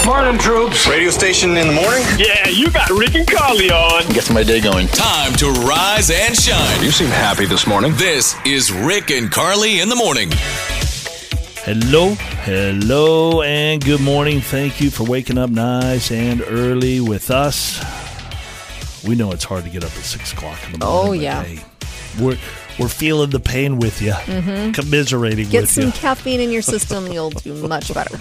Spartan troops. Radio station in the morning? Yeah, you got Rick and Carly on. Gets my day going. Time to rise and shine. You seem happy this morning. This is Rick and Carly in the morning. Hello, hello, and good morning. Thank you for waking up nice and early with us. We know it's hard to get up at six o'clock in the morning. Oh, but yeah. hey, we're we're feeling the pain with you, commiserating Mm-hmm. Get with some you. caffeine in your system and you'll do much better.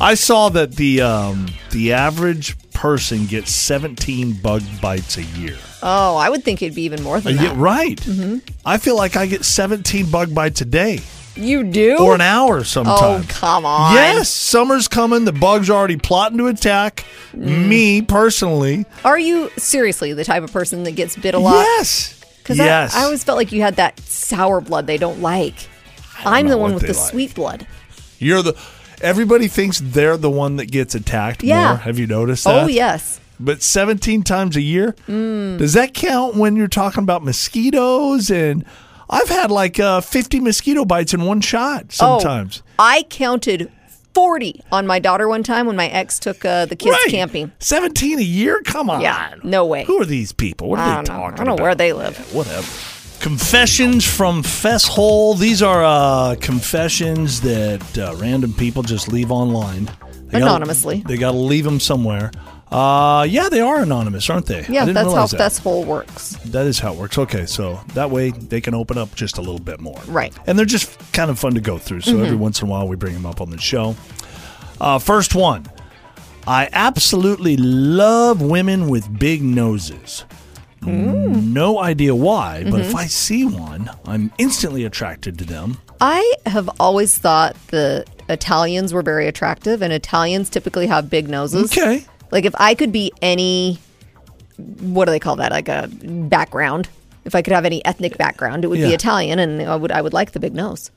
I saw that the um, the average person gets seventeen bug bites a year. Oh, I would think it'd be even more Uh, than yeah, that. right. Mm-hmm. I feel like I get seventeen bug bites a day You do? or an hour oh, sometimes. come on. Yes, summer's coming. The bugs are already plotting to attack Mm. me personally. Are you seriously the type of person that gets bit a lot? Yes, Because yes. I, I always felt like you had that sour blood they don't like. I'm know the one what with they the like. sweet blood. You're the. Everybody thinks they're the one that gets attacked Yeah. more. Have you noticed that? Oh, Mm. yes. But 17 times a year? Does that count when you're talking about mosquitoes? And I've had like uh, 50 mosquito bites in one shot sometimes. Oh, I counted 40 on my daughter one time when my ex took uh, the kids Right. camping. 17 a year? Come on. Yeah, no way. Who are these people? What are I they don't know. I talking don't know about? where they live. Yeah, whatever. Confessions from Fess Hole. These are uh, confessions that uh, random people just leave online. They gotta- Anonymously. they got to leave them somewhere. Uh, yeah, they are anonymous, aren't they? I Yeah, didn't that's how realize that. Fest Hole works. That is how it works. Okay, so that way they can open up just a little bit more. Right. Mm-hmm. And they're just kind of fun to go through. So every once in a while we bring them up on the show. Uh, first one I absolutely love women with big noses. Mm. No idea why, but Mm-hmm. if I see one, I'm instantly attracted to them. I have always thought the Italians were very attractive, and Italians typically have big noses. Okay. Like if I could be any, what do they call that? Like a background. If I could have any ethnic background, it would Yeah. be Italian, and I would I would like the big nose.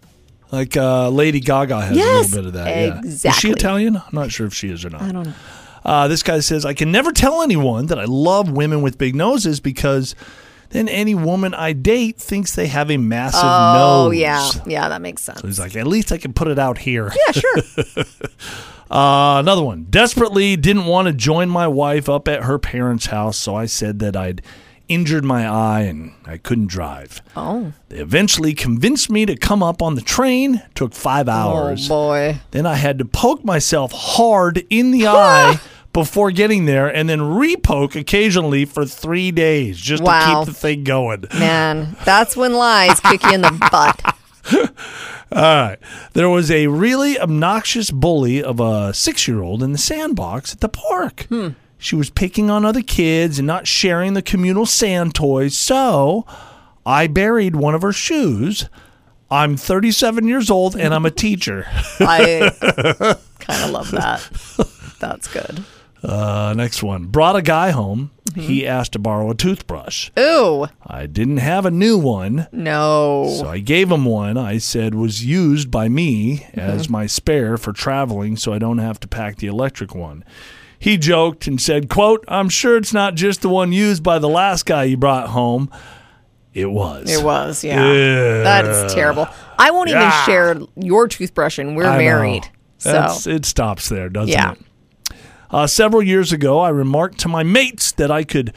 Like uh, Lady Gaga has a Yes, little bit of that. yeah. Is she exactly. Italian? I'm not sure if she is or not. I don't know. Uh, this guy says, I can never tell anyone that I love women with big noses because then any woman I date thinks they have a massive nose. Oh yeah, yeah, that makes sense. Oh, He's like, at least I can put it out here. Yeah, sure. Uh, another one. Desperately didn't want to join my wife up at her parents' house, so I said that I'd injured my eye and I couldn't drive. Oh, They eventually convinced me to come up on the train. Took five oh hours. boy. Then I had to poke myself hard in the eye before getting there and then repoke occasionally for three days just Wow. to keep the thing going. Man, that's when lies kick you in the butt. All right. There was a really obnoxious bully of a six year old in the sandbox at the park. She was picking on other kids and not sharing the communal sand toys, so I buried one of her shoes. I'm 37 years old and I'm a teacher. I kind of love that. That's good. Uh, next one. Brought a guy home. He asked to borrow a toothbrush. Ooh, I didn't have a new one, no. so I gave him one I said was used by me Mm-hmm. as my spare for traveling so I don't have to pack the electric one. He joked and said, quote, I'm sure it's not just the one used by the last guy you brought home. It was. It was, yeah. That is terrible. I won't Yeah. even share your toothbrush, and we're I know. married. So, That's- it stops there, doesn't Yeah. it? Uh, several years ago, I remarked to my mates that I could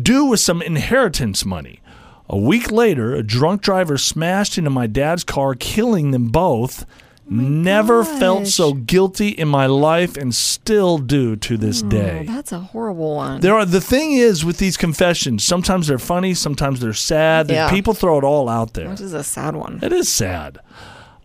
do with some inheritance money. A week later, a drunk driver smashed into my dad's car, killing them both. Oh Never felt so guilty in my life and still do to this day. that's a horrible one. There are the thing is with these confessions, sometimes they're funny, sometimes they're sad. Yeah. People throw it all out there. This is a sad one. That is sad.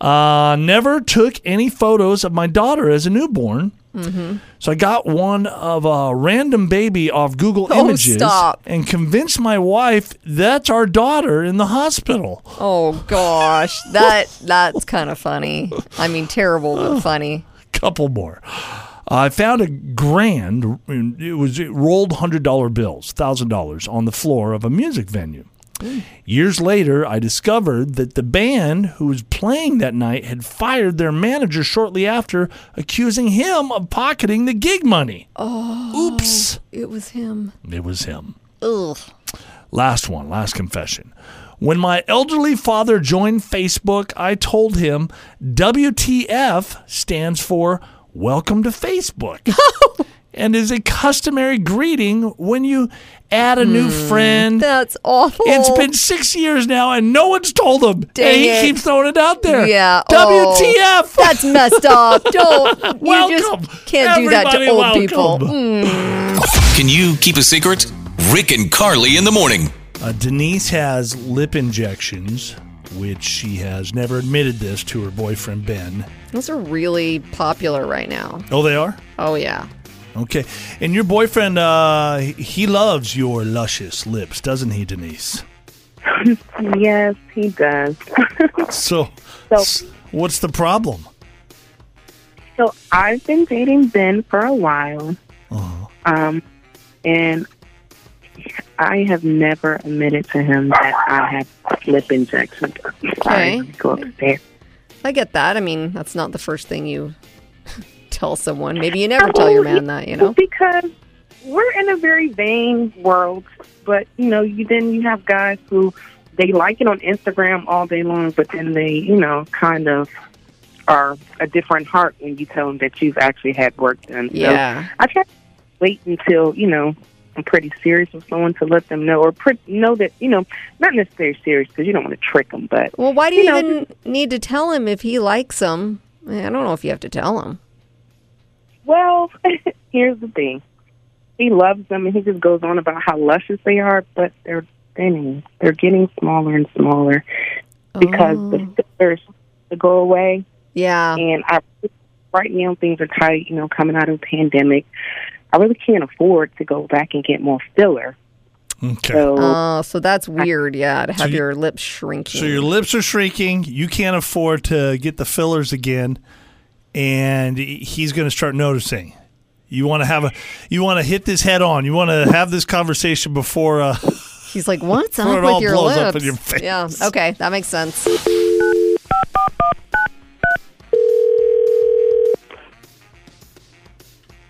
Uh, never took any photos of my daughter as a newborn. Mm-hmm. So I got one of a random baby off Google Oh, Images stop. and convinced my wife that's our daughter in the hospital. Oh gosh, that that's kind of funny. I mean, terrible but funny. couple more. I found a grand, it was rolled $100 bills, $1,000 on the floor of a music venue. Years later, I discovered that the band who was playing that night had fired their manager shortly after, accusing him of pocketing the gig money. Oh. Oops. It was him. It was him. Ugh. Last one, last confession. When my elderly father joined Facebook, I told him WTF stands for Welcome to Facebook. Oh. and is a customary greeting when you add a new Hmm. friend. That's awful. It's been six years now, and no one's told him. Dang and he it. keeps throwing it out there. Yeah. oh, WTF? that's messed up. Don't. welcome. You just can't do that to Everybody old welcome. people. Mm, Can you keep a secret? Rick and Carly in the morning. Uh, Denise has lip injections, which she has never admitted this to her boyfriend Ben. Those are really popular right now. Oh, they are. Oh yeah. Okay, and your boyfriend, uh, he loves your luscious lips, doesn't he, Denise? Yes, he does. So, So- what's the problem? so I've been dating Ben for a while, um, and I have never admitted to him that I have lip injections. Sorry, Okay. go upstairs. I get that. I mean, that's not the first thing you tell someone. Maybe you never tell your man that, you know? Oh, Because we're in a very vain world, but you know, you then you have guys who they like it on Instagram all day long, but then they, you know, kind of are a different heart when you tell them that you've actually had work done. So Yeah. I try to wait until you know I'm pretty serious with someone to let them know, or pre- know that you know not necessarily serious because you don't want to trick them, but Well, why do you, You know, even need to tell him if he likes him? Eh, I don't know if you have to tell him. Well, here's the thing. He loves them, and he just goes on about how luscious they are, but they're thinning. They're getting smaller and smaller because the fillers go away. Yeah. And I, right now, things are tight. You know, coming out of the pandemic, I really can't afford to go back and get more filler. Okay. So Oh, so that's weird. Yeah, to have you- your lips shrinking. So your lips are shrinking. You can't afford to get the fillers again, and he's going to start noticing. You want to have a, you want to hit this head on. You want to have this conversation before. Uh, He's like, "What's Before up it all with your blows lips?" up in your face. Yeah. Okay, that makes sense.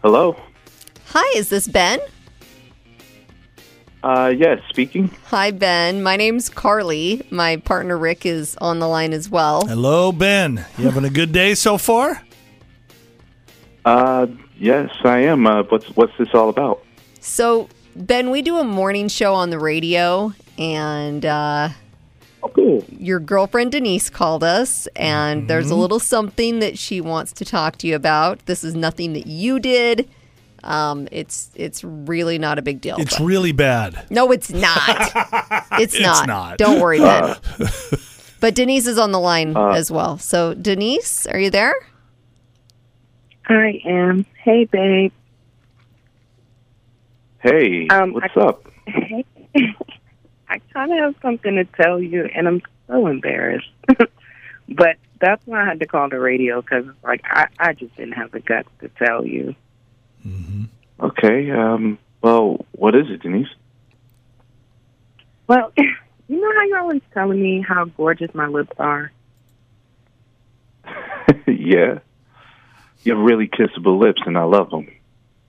Hello. Hi, is this Ben? Uh, yes, speaking. Hi, Ben. My name's Carly. My partner Rick is on the line as well. Hello, Ben. You having a good day so far? Uh, yes, I am. Uh, what's what's this all about? So, Ben, we do a morning show on the radio, and uh, cool. your girlfriend Denise called us, and there's a little something that she wants to talk to you about. This is nothing that you did. Um, it's it's really not a big deal. It's but- really bad. no, it's not. it's, not. not. Don't worry, Ben. but Denise is on the line as well. So, Denise, are you there? I am. Hey, babe. Hey, Um, what's I- up? Hey. I kind of have something to tell you, and I'm so embarrassed. but that's why I had to call the radio because, like, I, I just didn't have the guts to tell you. Okay. Um. Well, what is it, Denise? Well, you know how you're always telling me how gorgeous my lips are? yeah. You have really kissable lips, and I love them.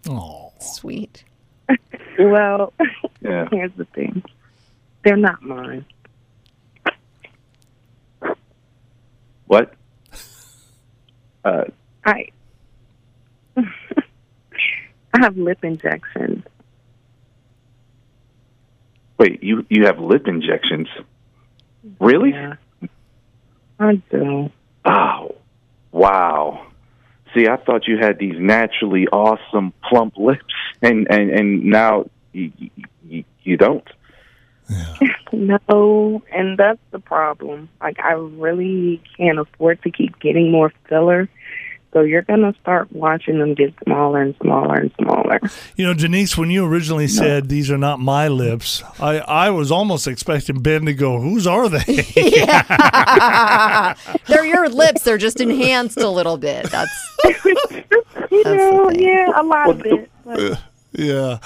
Oh, Sweet. Well, Yeah. here's the thing they're not mine. What? Uh, I. I have lip injections. wait. You you have lip injections? Really? Yeah. I do. Oh, wow. See, I thought you had these naturally awesome plump lips, and and and now you you, you don't. No, and that's the problem. Like, I really can't afford to keep getting more filler. So you're gonna start watching them get smaller and smaller and smaller. you know, Denise, when you originally said these are not my lips, I I was almost expecting Ben to go, "Whose are they?" They're your lips. They're just enhanced a little bit. That's You the know, thing. yeah, a lot of it. But yeah.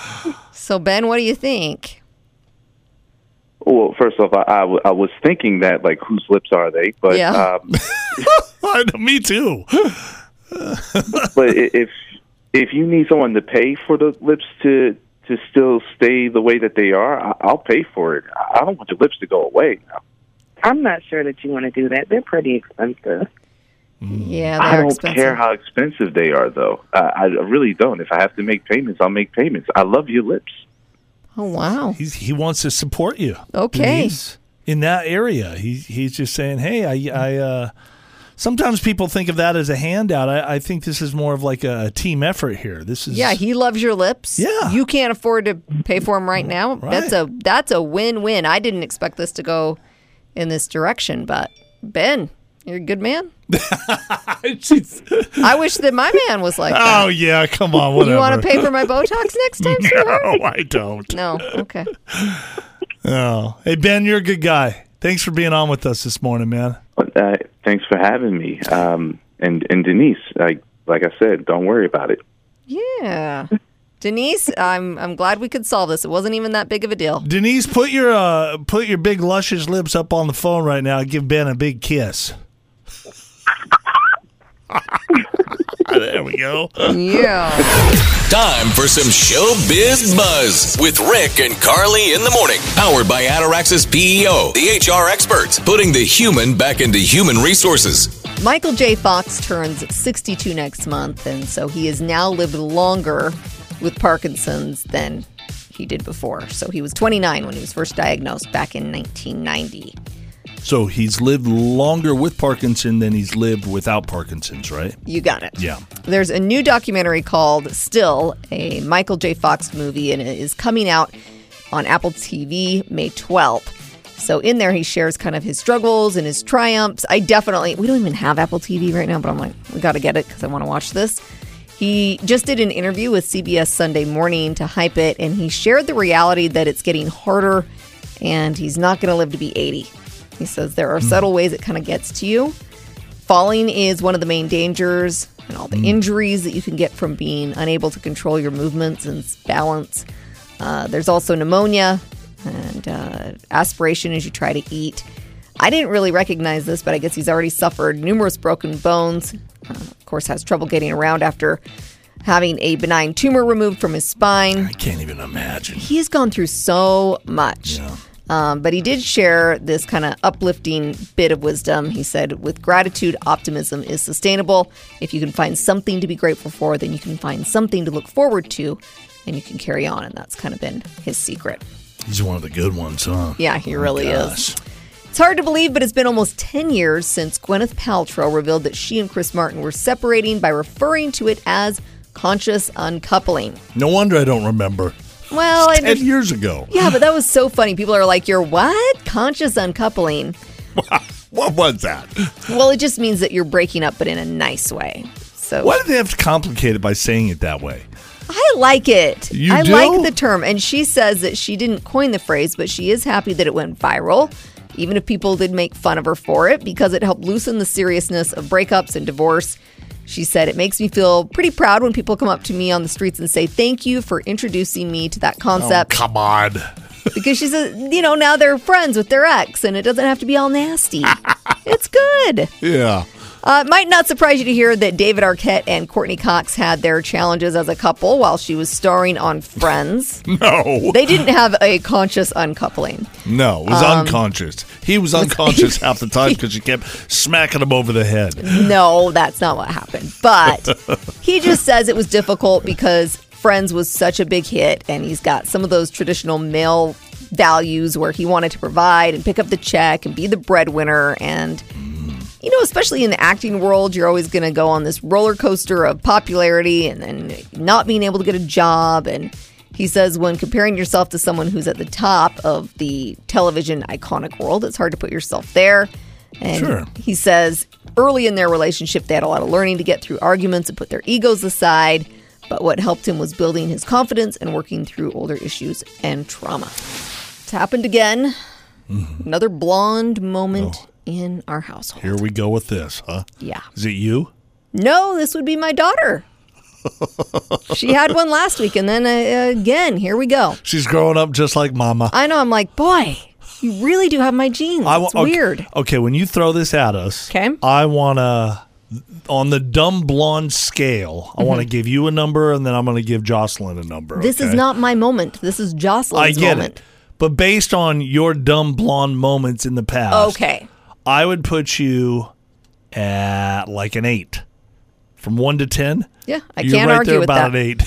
so. Ben, what do you think? Well, first off, I I, w- I was thinking that like whose lips are they? But Yeah. um, I know, Me too. but i- if if you need someone to pay for the lips to to still stay the way that they are, I, I'll pay for it. I I don't want your lips to go away. I'm not sure that you want to do that. They're pretty expensive. Yeah, I they're don't expensive. care how expensive they are, though. I, I really don't. If I have to make payments, I'll make payments. I love your lips. oh wow. He's, he wants to support you. Okay. Denise, in that area, he's he's just saying, "Hey, I." I uh, sometimes people think of that as a handout. I, I think this is more of like a team effort here. This is Yeah, he loves your lips. Yeah. you can't afford to pay for them right now. That's a that's a win win. I didn't expect this to go in this direction, but Ben, you're a good man. She's- I wish that my man was like that. oh yeah, come on, whatever. you want to pay for my Botox next time, sweetheart? No, I don't. No, okay. Oh, hey Ben, you're a good guy. Thanks for being on with us this morning, man. But, uh, thanks for having me. Um, and and Denise, like like I said, don't worry about it. Yeah. Denise, I'm I'm glad we could solve this. It wasn't even that big of a deal. Denise, put your uh, put your big luscious lips up on the phone right now. and Give Ben a big kiss. there we go. Yeah. Time for some showbiz buzz with Rick and Carly in the morning. Powered by Ataraxis PEO, the HR experts, putting the human back into human resources. Michael J. Fox turns 62 next month, and so he has now lived longer with Parkinson's than he did before. So he was 29 when he was first diagnosed back in 1990. So he's lived longer with Parkinson than he's lived without Parkinson's, right? You got it. Yeah. There's a new documentary called Still, a Michael J. Fox movie, and it is coming out on Apple TV May 12th. So in there, he shares kind of his struggles and his triumphs. I definitely, we don't even have Apple TV right now, but I'm like, we got to get it because I want to watch this. He just did an interview with CBS Sunday Morning to hype it, and he shared the reality that it's getting harder and he's not going to live to be 80. He says there are subtle ways it kind of gets to you. Falling is one of the main dangers, and all the injuries that you can get from being unable to control your movements and balance. Uh, there's also pneumonia and uh, aspiration as you try to eat. I didn't really recognize this, but I guess he's already suffered numerous broken bones. Uh, of course, has trouble getting around after having a benign tumor removed from his spine I can't even imagine. he's gone through so much. Um, but he did share this kind of uplifting bit of wisdom. He said, with gratitude, optimism is sustainable. If you can find something to be grateful for, then you can find something to look forward to and you can carry on. And that's kind of been his secret. He's one of the good ones, huh? Yeah, he really is. Oh Gosh. It's hard to believe, but it's been almost 10 years since Gwyneth Paltrow revealed that she and Chris Martin were separating by referring to it as conscious uncoupling. No wonder I don't remember. Well, it, Ten years ago. Oh, yeah, but that was so funny. People are like, "You're what? Conscious uncoupling?" What was that? Well, it just means that you're breaking up, but in a nice way. So Why did they have to complicate it by saying it that way? I like it. You I do? like the term, and she says that she didn't coin the phrase, but she is happy that it went viral, even if people did make fun of her for it, because it helped loosen the seriousness of breakups and divorce. She said, It makes me feel pretty proud when people come up to me on the streets and say, Thank you for introducing me to that concept. Come on. because she's a, you know now they're friends with their ex and it doesn't have to be all nasty it's good Yeah. uh, it might not surprise you to hear that david arquette and courtney cox had their challenges as a couple while she was starring on friends No. they didn't have a conscious uncoupling No, it was Um, unconscious. He was unconscious half the time because she kept smacking him over the head. no that's not what happened but he just says it was difficult because friends was such a big hit and he's got some of those traditional male values where he wanted to provide and pick up the check and be the breadwinner and you know, especially in the acting world, you're always going to go on this roller coaster of popularity and then not being able to get a job. And he says, when comparing yourself to someone who's at the top of the television iconic world, it's hard to put yourself there. And Sure. he says, early in their relationship, they had a lot of learning to get through arguments and put their egos aside. But what helped him was building his confidence and working through older issues and trauma. It's happened again. Another blonde moment in our household. Here we go with this, huh? Yeah. Is it you? No, this would be my daughter. she had one last week, and then uh, again, here we go. She's growing up just like Mama. I know. I'm like, boy, you really do have my genes. I wa- It's okay- weird. Okay, when you throw this at us, 'Kay. I want to, on the dumb blonde scale, I want to give you a number and then I'm going to give Jocelyn a number. Mm-hmm. This is okay? not my moment. This is I Jocelyn's get moment. it. But based on your dumb blonde moments in the past, Okay. I would put you at like an eight, from one to ten. Yeah, I you're can't right argue there with about that. an eight.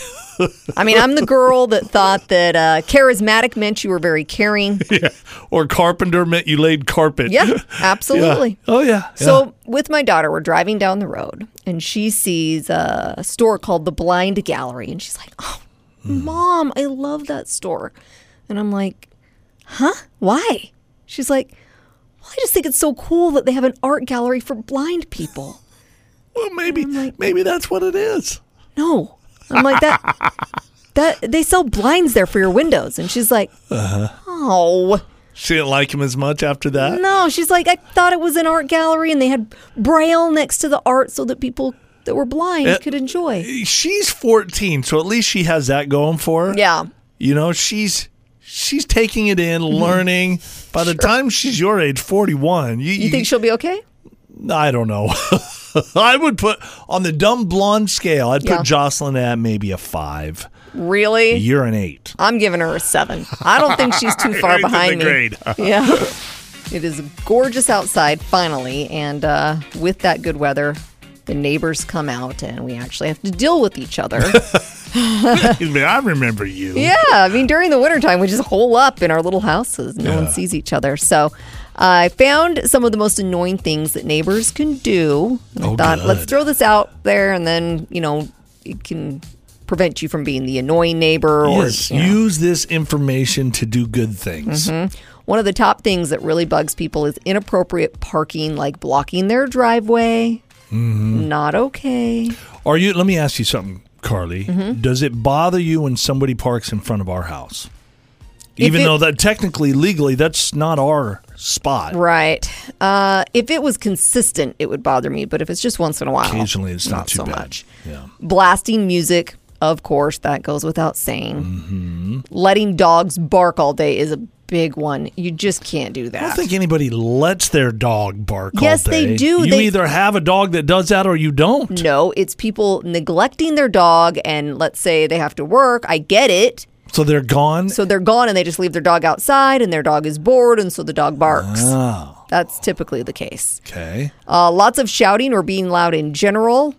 I mean, I'm the girl that thought that uh, charismatic meant you were very caring. or carpenter meant you laid carpet. Yeah, absolutely. Oh yeah. So, with my daughter, we're driving down the road and she sees a store called the Blind Gallery. And she's like, Oh, mom, I love that store. And I'm like, Huh? Why? She's like, Well, I just think it's so cool that they have an art gallery for blind people. well, maybe maybe that's what it is. No. I'm like, That, that they sell blinds there for your windows. And she's like, Oh. She didn't like him as much after that. No, she's like, I thought it was an art gallery and they had braille next to the art so that people that were blind Uh, could enjoy. She's 14, so at least she has that going for her. Yeah. You know, she's she's taking it in, Mm-hmm. learning. By the time she's your age, 41, you, You think she'll be okay? I don't know. I would put on the dumb blonde scale, I'd put Yeah. Jocelyn at maybe a 5. Really? You're an 8. I'm giving her a seven. I don't think she's too far Eighth in behind the me. grade. Yeah. It is gorgeous outside, finally. And uh, with that good weather, the neighbors come out and we actually have to deal with each other. Excuse me, I remember you. Yeah, I mean, during the wintertime, we just hole up in our little houses. No one Yeah. sees each other. So I found some of the most annoying things that neighbors can do. And I Oh, thought, let's good. throw this out there, and then, you know, it can prevent you from being the annoying neighbor. Or, Yes, you know. use this information to do good things. Mm-hmm. One of the top things that really bugs people is inappropriate parking, like blocking their driveway. Mm-hmm. Not okay. Are you? Let me ask you something, Carly. Mm-hmm. Does it bother you when somebody parks in front of our house? Even it- though that technically, legally, that's not our spot. Right. Uh, if it was consistent, it would bother me, but if it's just once in a while, Occasionally, it's not, too so bad. much. Yeah. blasting music of course that goes without saying Mm-hmm. letting dogs bark all day is a big one you just can't do I don't that think anybody lets their dog bark. all Yes, they day. do. You They- either have a dog that does that or you don't. no it's people neglecting their dog and let's say they have to work i get it So they're gone. so they're gone and they just leave their dog outside and their dog is bored and so the dog barks Ah. that's typically the case okay. Uh, lots of shouting or being loud in general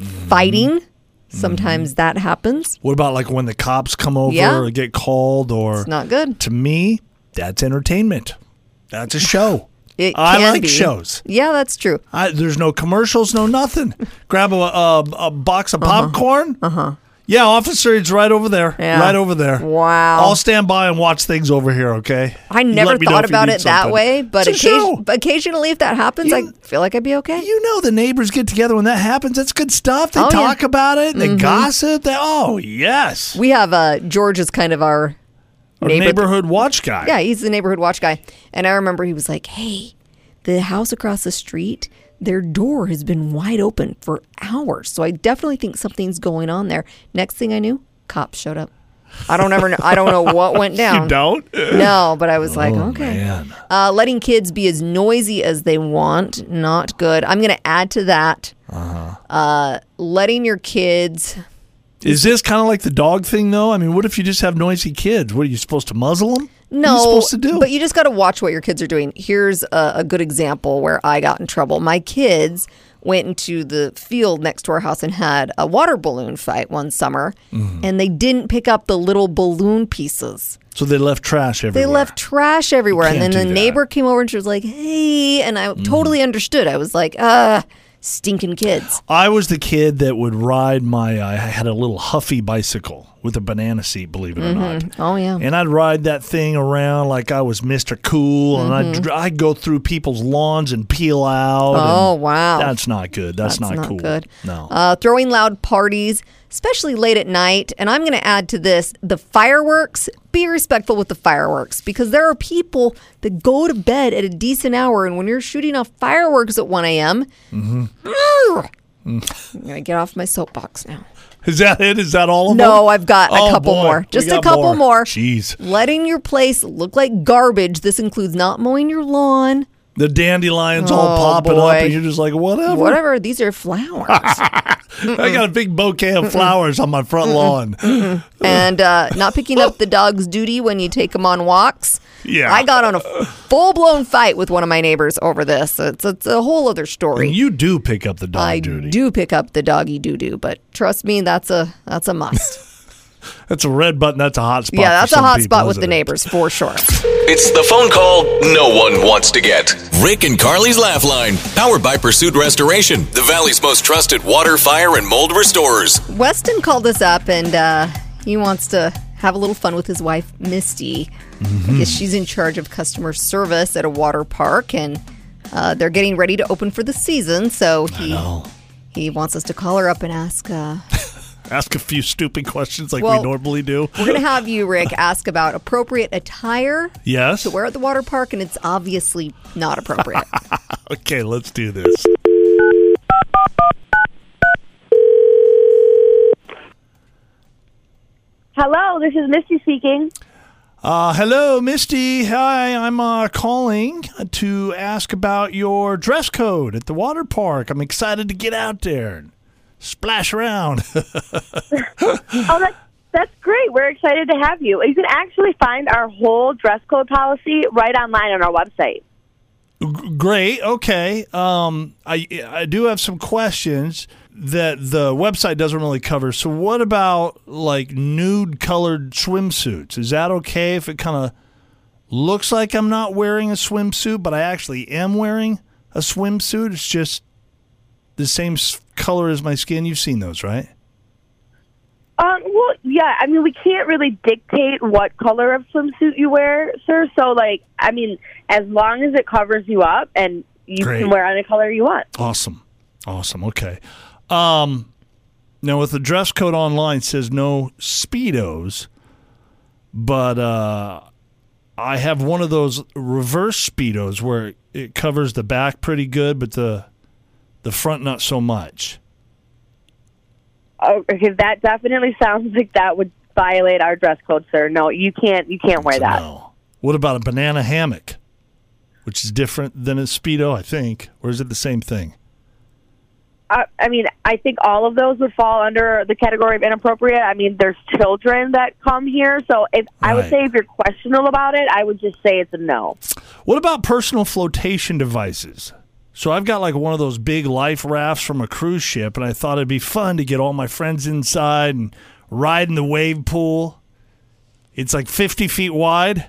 Mm-hmm. fighting sometimes that happens What about like when the cops come over Yeah. or get called or? not good to me, that's entertainment. That's a show. it I can like be. shows. yeah that's true I, there's no commercials, no nothing. Grab a, a, a box of popcorn. Uh huh. Yeah, officer, it's right over there. Uh-huh. Yeah. Right over there. Wow. I'll stand by and watch things over here, okay? I You never let me know thought if you about need it that something. way, but It's a occasion- show. but occasionally, if that happens, I You- feel like I'd be okay. You know, the neighbors get together when that happens. That's good stuff. They Oh, yeah. Mm-hmm. talk about it. They gossip. They, oh, yes. we have uh, George is kind of our Our neighbor- neighborhood watch guy. yeah, he's the neighborhood watch guy, and I remember he was like, "Hey, the house across the street, their door has been wide open for hours, so I definitely think something's going on there." Next thing I knew, cops showed up. I don't ever know. I don't know what went down. You don't? No, but I was like, okay. man. Uh, letting kids be as noisy as they want, not good. I'm going to add to that. uh letting your kids, Is this kind of like the dog thing, though? I mean, what if you just have noisy kids? What are you supposed to muzzle them? no, What are you supposed to do? but you just got to watch what your kids are doing. Here's a, a good example where I got in trouble. My kids went into the field next to our house and had a water balloon fight one summer, Mm-hmm. and they didn't pick up the little balloon pieces. so they left trash everywhere. They left trash everywhere. And then can't do that. the Mm-hmm. neighbor came over and she was like, hey. And I totally understood. I was like, ah, stinking kids. I was the kid that would ride my. I had a little huffy bicycle with a banana seat, believe it or not. Oh, yeah. And I'd ride that thing around like I was Mr. Cool, and Mm-hmm. I'd, dr- I'd go through people's lawns and peel out. Oh, and wow. That's not good. That's, That's cool. good. No. Uh, throwing loud parties, especially late at night. And I'm going to add to this the fireworks. Be respectful with the fireworks because there are people that go to bed at a decent hour. And when you're shooting off fireworks at 1 a.m., Mm. Grr! I'm going to get off my soapbox now. Is that it? Is that all of them? No, I've got a Oh, couple boy. more. We Just a got couple more. Jeez. Letting your place look like garbage. This includes not mowing your lawn, The dandelions Oh, all popping boy. up, and you're just like, whatever. Whatever. These are flowers. I got a big bouquet of flowers on my front lawn. and uh, not picking up the dog's duty when you take them on walks. Yeah. I got on a full blown fight with one of my neighbors over this. It's, it's a whole other story. You do pick up the dog I duty. do pick up the doggy doo doo, but trust me, that's a that's a must. That's a red button. That's a hot spot. yeah, for that's a some hot people, spot with isn't the it? neighbors for sure. It's the phone call no one wants to get. Rick and Carly's Laugh Line, powered by Pursuit Restoration, the Valley's most trusted water, fire, and mold restorers. Weston called us up and uh, he wants to have a little fun with his wife, Misty. I Mm-hmm. guess she's in charge of customer service at a water park and uh, they're getting ready to open for the season. So he he wants us to call her up and ask. Uh, Ask a few stupid questions like Well- we normally do. we're going to have you, Rick, ask about appropriate attire Yes. to wear at the water park, and it's obviously not appropriate. Okay, let's do this. Hello, this is Misty speaking. Uh, hello, Misty. Hi, I'm uh, calling to ask about your dress code at the water park. I'm excited to get out there and splash around. Oh, that's, that's great. We're excited to have you. You can actually find our whole dress code policy right online on our website. Great. Okay. Um, I I do have some questions that the website doesn't really cover. So, what about like nude colored swimsuits? Is that okay if it kind of looks like I'm not wearing a swimsuit, but I actually am wearing a swimsuit? It's just the same s- color as my skin. You've seen those, right? Um, well, yeah, I mean, we can't really dictate what color of swimsuit you wear, sir. So, like, I mean, as long as it covers you up and you Great. can wear any color you want. Awesome. Awesome. Okay. Um, now, with the dress code online it says no Speedos, but uh, I have one of those reverse Speedos where it covers the back pretty good, but the the front not so much. Oh, Okay, that definitely sounds like that would violate our dress code, sir. No, you can't. You can't wear So that. no. What about a banana hammock, which is different than a Speedo, I think? Or is it the same thing? I, Uh, I mean, I think all of those would fall under the category of inappropriate. I mean, there's children that come here, so if I would Right. say if you're questionable about it, I would just say it's a no. What about personal flotation devices? So I've got like one of those big life rafts from a cruise ship, and I thought it'd be fun to get all my friends inside and ride in the wave pool. It's like 50 feet wide.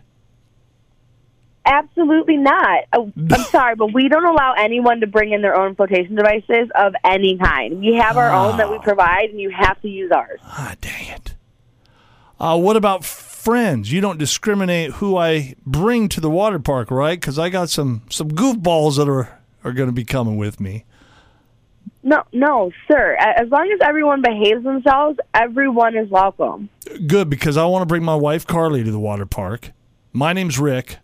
Absolutely not. Oh, I'm sorry, but we don't allow anyone to bring in their own flotation devices of any kind. We have our own that we provide, and you have to use ours. Ah, dang it. Uh, what about friends? You don't discriminate who I bring to the water park, right? Because I got some some goofballs that are are going to be coming with me. No, no, sir. A- As long as everyone behaves themselves, everyone is welcome. Good because I want to bring my wife Carly to the water park. My name's Rick.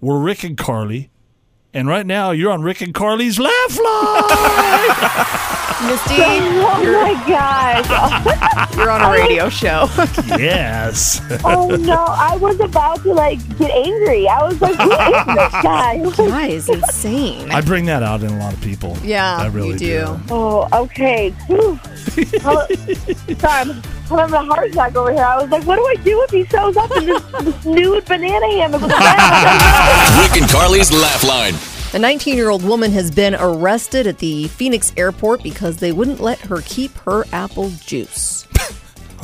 We're Rick and Carly. And right now you're on Rick and Carly's Laugh Line. Misty, Oh my gosh. you're on a radio show. yes. Oh no, I was about to like get angry. I was like, who is this guy? Guys, insane. I bring that out in a lot of people. Yeah, I really you do. Oh, okay. Whew. Hello- Sorry, I'm having a heart attack over here. I was like, what do I do if he shows up in this, this nude banana hammock? with a bag? Rick and Carly's Laugh Line. The 19 year old woman has been arrested at the Phoenix airport because they wouldn't let her keep her apple juice.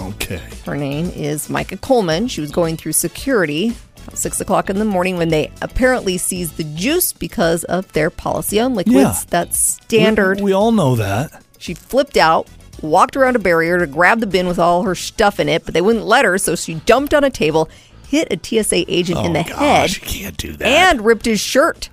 Okay. Her name is Micah Coleman. She was going through security at 6 o'clock in the morning when they apparently seized the juice because of their policy on liquids. Yeah. That's standard. We, we all know that. She flipped out, walked around a barrier to grab the bin with all her stuff in it, but they wouldn't let her, so she dumped on a table, hit a TSA agent in the Oh, Gosh, head, you can't do that. and ripped his shirt.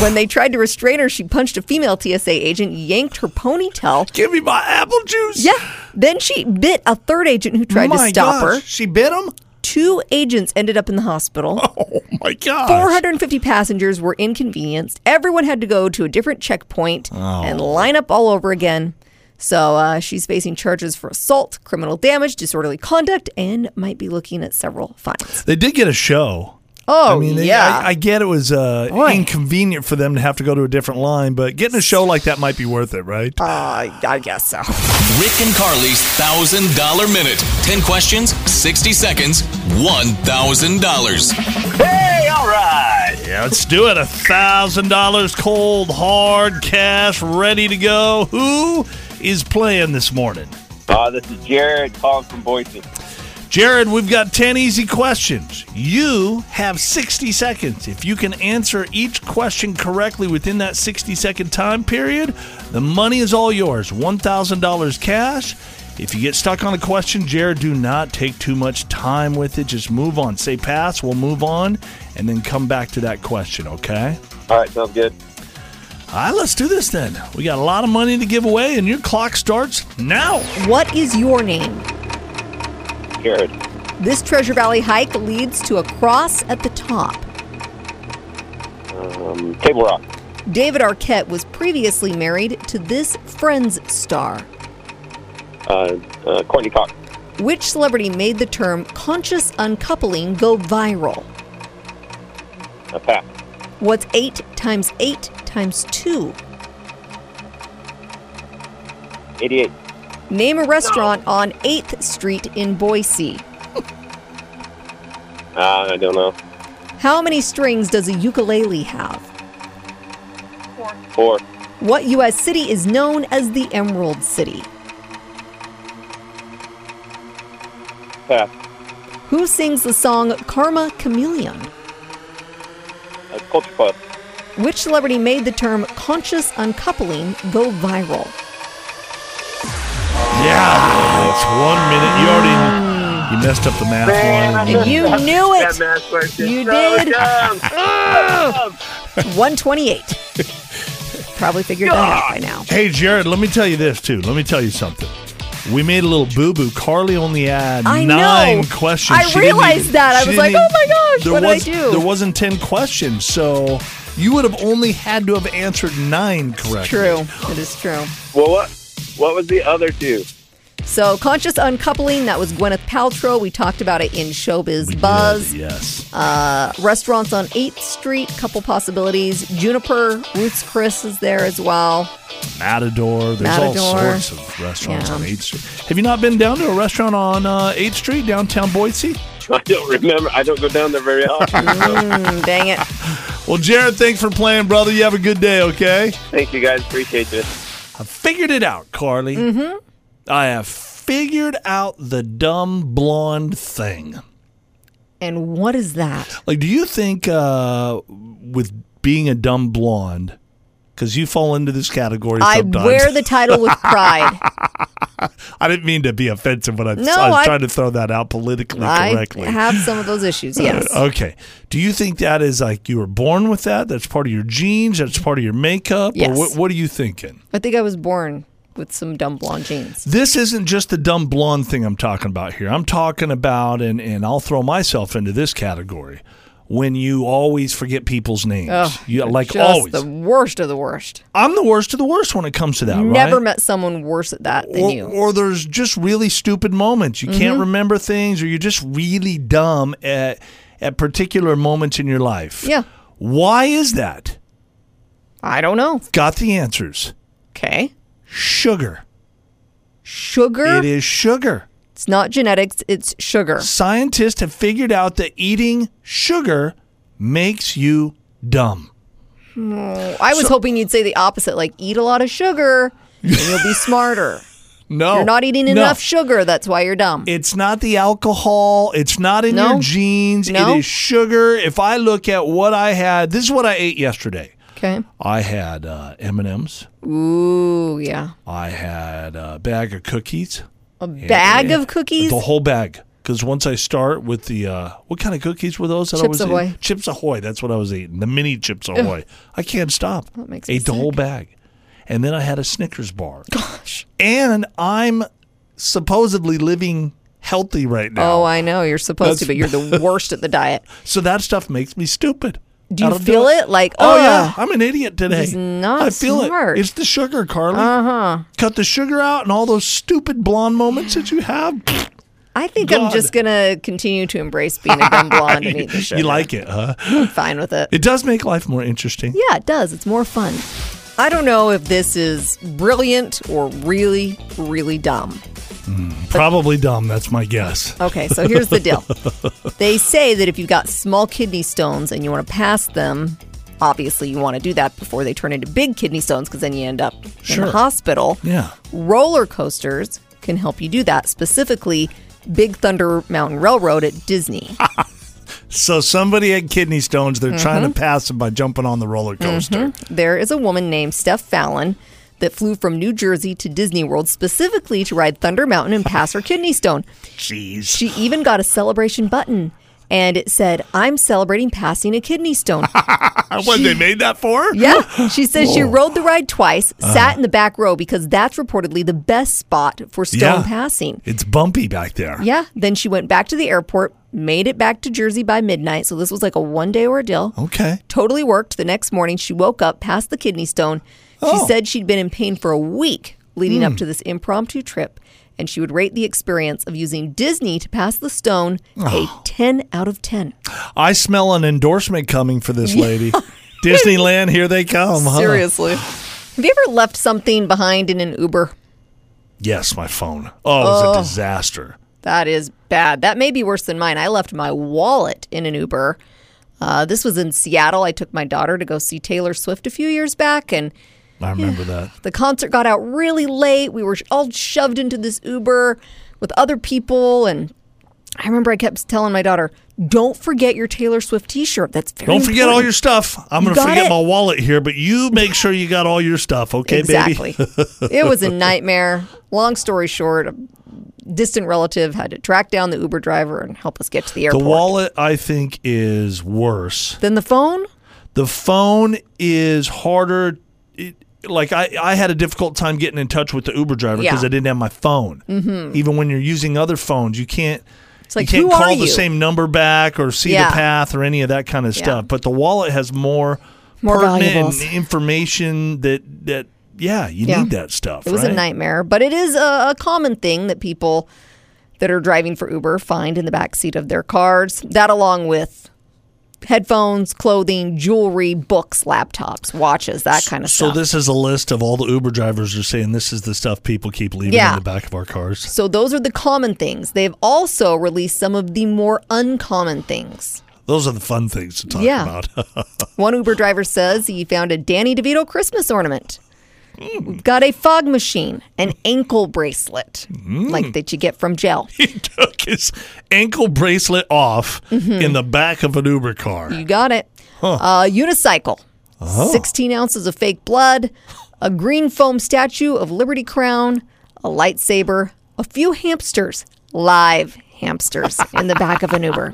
When they tried to restrain her, she punched a female TSA agent, yanked her ponytail. Give me my apple juice. Yeah. Then she bit a third agent who tried my to stop gosh. her. She bit him? Two agents ended up in the hospital. Oh my god. 450 passengers were inconvenienced. Everyone had to go to a different checkpoint and line up all over again. So uh, she's facing charges for assault, criminal damage, disorderly conduct, and might be looking at several fines. They did get a show. Oh, I mean, they- yeah. I, I get it was uh, inconvenient for them to have to go to a different line, but getting a show like that might be worth it, right? uh, I guess so. Rick and Carly's $1,000 minute. 10 questions, 60 seconds, $1,000. Hey, all right. Yeah, let's do it. A thousand dollars cold, hard cash, ready to go. Who is playing this morning? Uh, this is Jared calling from Boise. Jared, we've got 10 easy questions. You have 60 seconds. If you can answer each question correctly within that 60 second time period, the money is all yours $1,000 cash. If you get stuck on a question, Jared, do not take too much time with it. Just move on. Say pass, we'll move on, and then come back to that question, okay? All right, sounds good. All right, let's do this then. We got a lot of money to give away, and your clock starts now. What is your name? Jared, This Treasure Valley hike leads to a cross at the top. um, Table Rock, David Arquette was previously married to this Friends star. uh, uh, Courtney Cox, Which celebrity made the term conscious uncoupling go viral? uh, Pat, What's 8 times 8 times 2? 88, Name a restaurant on 8th Street in Boise. uh, I don't know, How many strings does a ukulele have? 4, What U.S. city is known as the Emerald City? Pat, Who sings the song Karma Chameleon? uh, Culture Club, Which celebrity made the term conscious uncoupling go viral? Yeah, it's one minute. You already you messed up the math line. And you knew That it! math question. You So did. dumb. So dumb. 128. Probably figured that out by now. Hey, Jared, let me tell you this, too. Let me tell you something. We made a little boo boo. Carly only had I nine know. questions. I She didn't realized that. I she was didn't like, "Oh my gosh, there what did I was- do?" There wasn't 10 questions, so you would have only had to have answered nine correctly. True. It is true. Well, what, what was the other two? So, conscious uncoupling, that was Gwyneth Paltrow. We talked about it in Showbiz Buzz. Yeah, yes. Uh, restaurants on 8th Street, couple possibilities. Juniper, Ruth's Chris is there as well. Matador. There's all Matador. sorts of restaurants Yeah. on 8th Street. Have you not been down to a restaurant on uh, 8th Street, downtown Boise? I don't remember. I don't go down there very often. so. Mm, dang it. Well, Jared, thanks for playing, brother. You have a good day, okay? Thank you guys. Appreciate you. I figured it out, Carly. Mm-hmm. I have figured out the dumb blonde thing. And what is that? Like, do you think uh, with being a dumb blonde, because you fall into this category I sometimes. wear the title with pride. I didn't mean to be offensive when I, No, I was I- trying to throw that out politically I correctly. have some of those issues, yes. Uh, Okay. Do you think that is like you were born with that? That's part of your genes. That's part of your makeup. Or Yes. what, what are you thinking? I think I was born with some dumb blonde jeans. this isn't just the dumb blonde thing I'm talking about here. I'm talking about, and, and I'll throw myself into this category when you always forget people's names. you, like Just always. the worst of the worst. I'm the worst of the worst when it comes to that, right? Never met someone worse at that than or, you. or there's just really stupid moments. You Mm-hmm. can't remember things, or you're just really dumb at, at particular moments in your life. Yeah. Why is that? I don't know. Got the answers. Okay. Sugar. Sugar. It is sugar. It's not genetics, it's sugar. scientists have figured out that eating sugar makes you dumb. I was hoping you'd say the opposite like, eat a lot of sugar and you'll be smarter. No. You're not eating Oh, No. enough sugar, that's why you're dumb. It's not the alcohol. It's not in No. your genes. No. It is sugar. If I look at what I had, this is what I ate yesterday. okay. I had uh, M&Ms. Ooh, yeah. I had a bag of cookies. A bag of cookies? The whole bag. Because once I start with the, uh, what kind of cookies were those? That I Chips was Ahoy. Eating? Chips Ahoy. That's what I was eating. The mini Chips Ahoy. I can't stop. That makes me Ate the whole sick. bag. And then I had a Snickers bar. Gosh. and I'm supposedly living healthy right now. Oh, I know. You're supposed to, but you're the worst at the diet. so that stuff makes me stupid. Oh. Do I you don't feel do it? Like, Oh ugh. yeah, I'm an idiot today. He's not I feel smart. Uh-huh. it. It's the sugar, Carly. Uh huh. Cut the sugar out and all those stupid blonde moments that you have. I think I'm God. just gonna continue to embrace being a dumb blonde and eat the sugar. you like it, huh? I'm fine with it. It does make life more interesting. Yeah, it does. It's more fun. I don't know if this is brilliant or really, really dumb. Probably dumb. That's my guess. Okay, so here's the deal. They say that if you've got small kidney stones and you want to pass them, obviously you want to do that before they turn into big kidney stones because then you end up in Sure. the hospital. Yeah. Roller coasters can help you do that, specifically Big Thunder Mountain Railroad at Disney. Ah. So somebody had kidney stones. They're trying Mm-hmm. to pass them by jumping on the roller coaster. There is a woman named Steph Fallon that flew from New Jersey to Disney World specifically to ride Thunder Mountain and pass her kidney stone. Jeez. She even got a celebration button. And it said, I'm celebrating passing a kidney stone. Uh, What, they made that for her? Yeah. She says she rode the ride twice, Uh-huh. sat in the back row because that's reportedly the best spot for stone Yeah. passing. It's bumpy back there. Yeah. Then she went back to the airport, made it back to Jersey by midnight. So this was like a one day ordeal. Okay. Totally worked. The next morning, she woke up, passed the kidney stone. She Oh. Hmm. said she'd been in pain for a week leading up to this impromptu trip. And she would rate the experience of using Disney to pass the stone Oh. a 10 out of 10. I smell an endorsement coming for this lady. Disneyland, here they come. Huh? Seriously. Have you ever left something behind in an Uber? Yes, my phone. Oh, it was a disaster. That is bad. That may be worse than mine. I left my wallet in an Uber. Uh, this was in Seattle. I took my daughter to go see Taylor Swift a few years back, and I remember that. the concert got out really late. We were all shoved into this Uber with other people, and I remember I kept telling my daughter, "Don't forget your Taylor Swift T-shirt. That's very Don't forget all important." your stuff. I'm You going to got forget it? my wallet here, but you make sure you got all your stuff, okay, exactly. baby? it was a nightmare. Long story short, a distant relative had to track down the Uber driver and help us get to the The airport. wallet, I think, is worse. then the phone. The phone is harder. It, like, I, I had a difficult time getting in touch with the Uber driver because Yeah. I didn't have my phone. Mm-hmm. Even when you're using other phones, you can't. you like, can't who call are the you? same number back or see Yeah. the path or any of that kind of Yeah. stuff. But the wallet has more, More pertinent valuables. and information that that yeah, you Yeah. need that stuff. It was right? a nightmare, but it is a, a common thing that people that are driving for Uber find in the backseat of their cars. That, along with headphones, clothing, jewelry, books, laptops, watches, that kind of So stuff. this is a list of all the Uber drivers are saying this is the stuff people keep leaving Yeah. in the back of our cars. so those are the common things. They've also released some of the more uncommon things. Those are the fun things to talk Yeah. about. One Uber driver says he found a Danny DeVito Christmas ornament. Mm. We've got a fog machine, an ankle bracelet, Mm. like that you get from jail. he took his ankle bracelet off in the back of an Uber car. You got it. Uh, unicycle. Uh-huh. 16 ounces of fake blood, a green foam statue of Liberty Crown, a lightsaber, a few hamsters, live hamsters in the back of an Uber,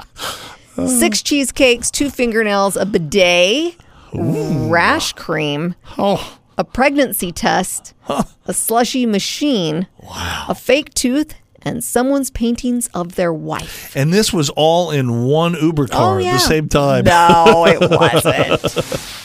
Uh. six cheesecakes, two fingernails, a bidet, rash cream, Oh, a pregnancy test, a slushy machine, a fake tooth, and someone's paintings of their wife. Oh, and this was all in one Uber car at yeah. the same time. No, it wasn't.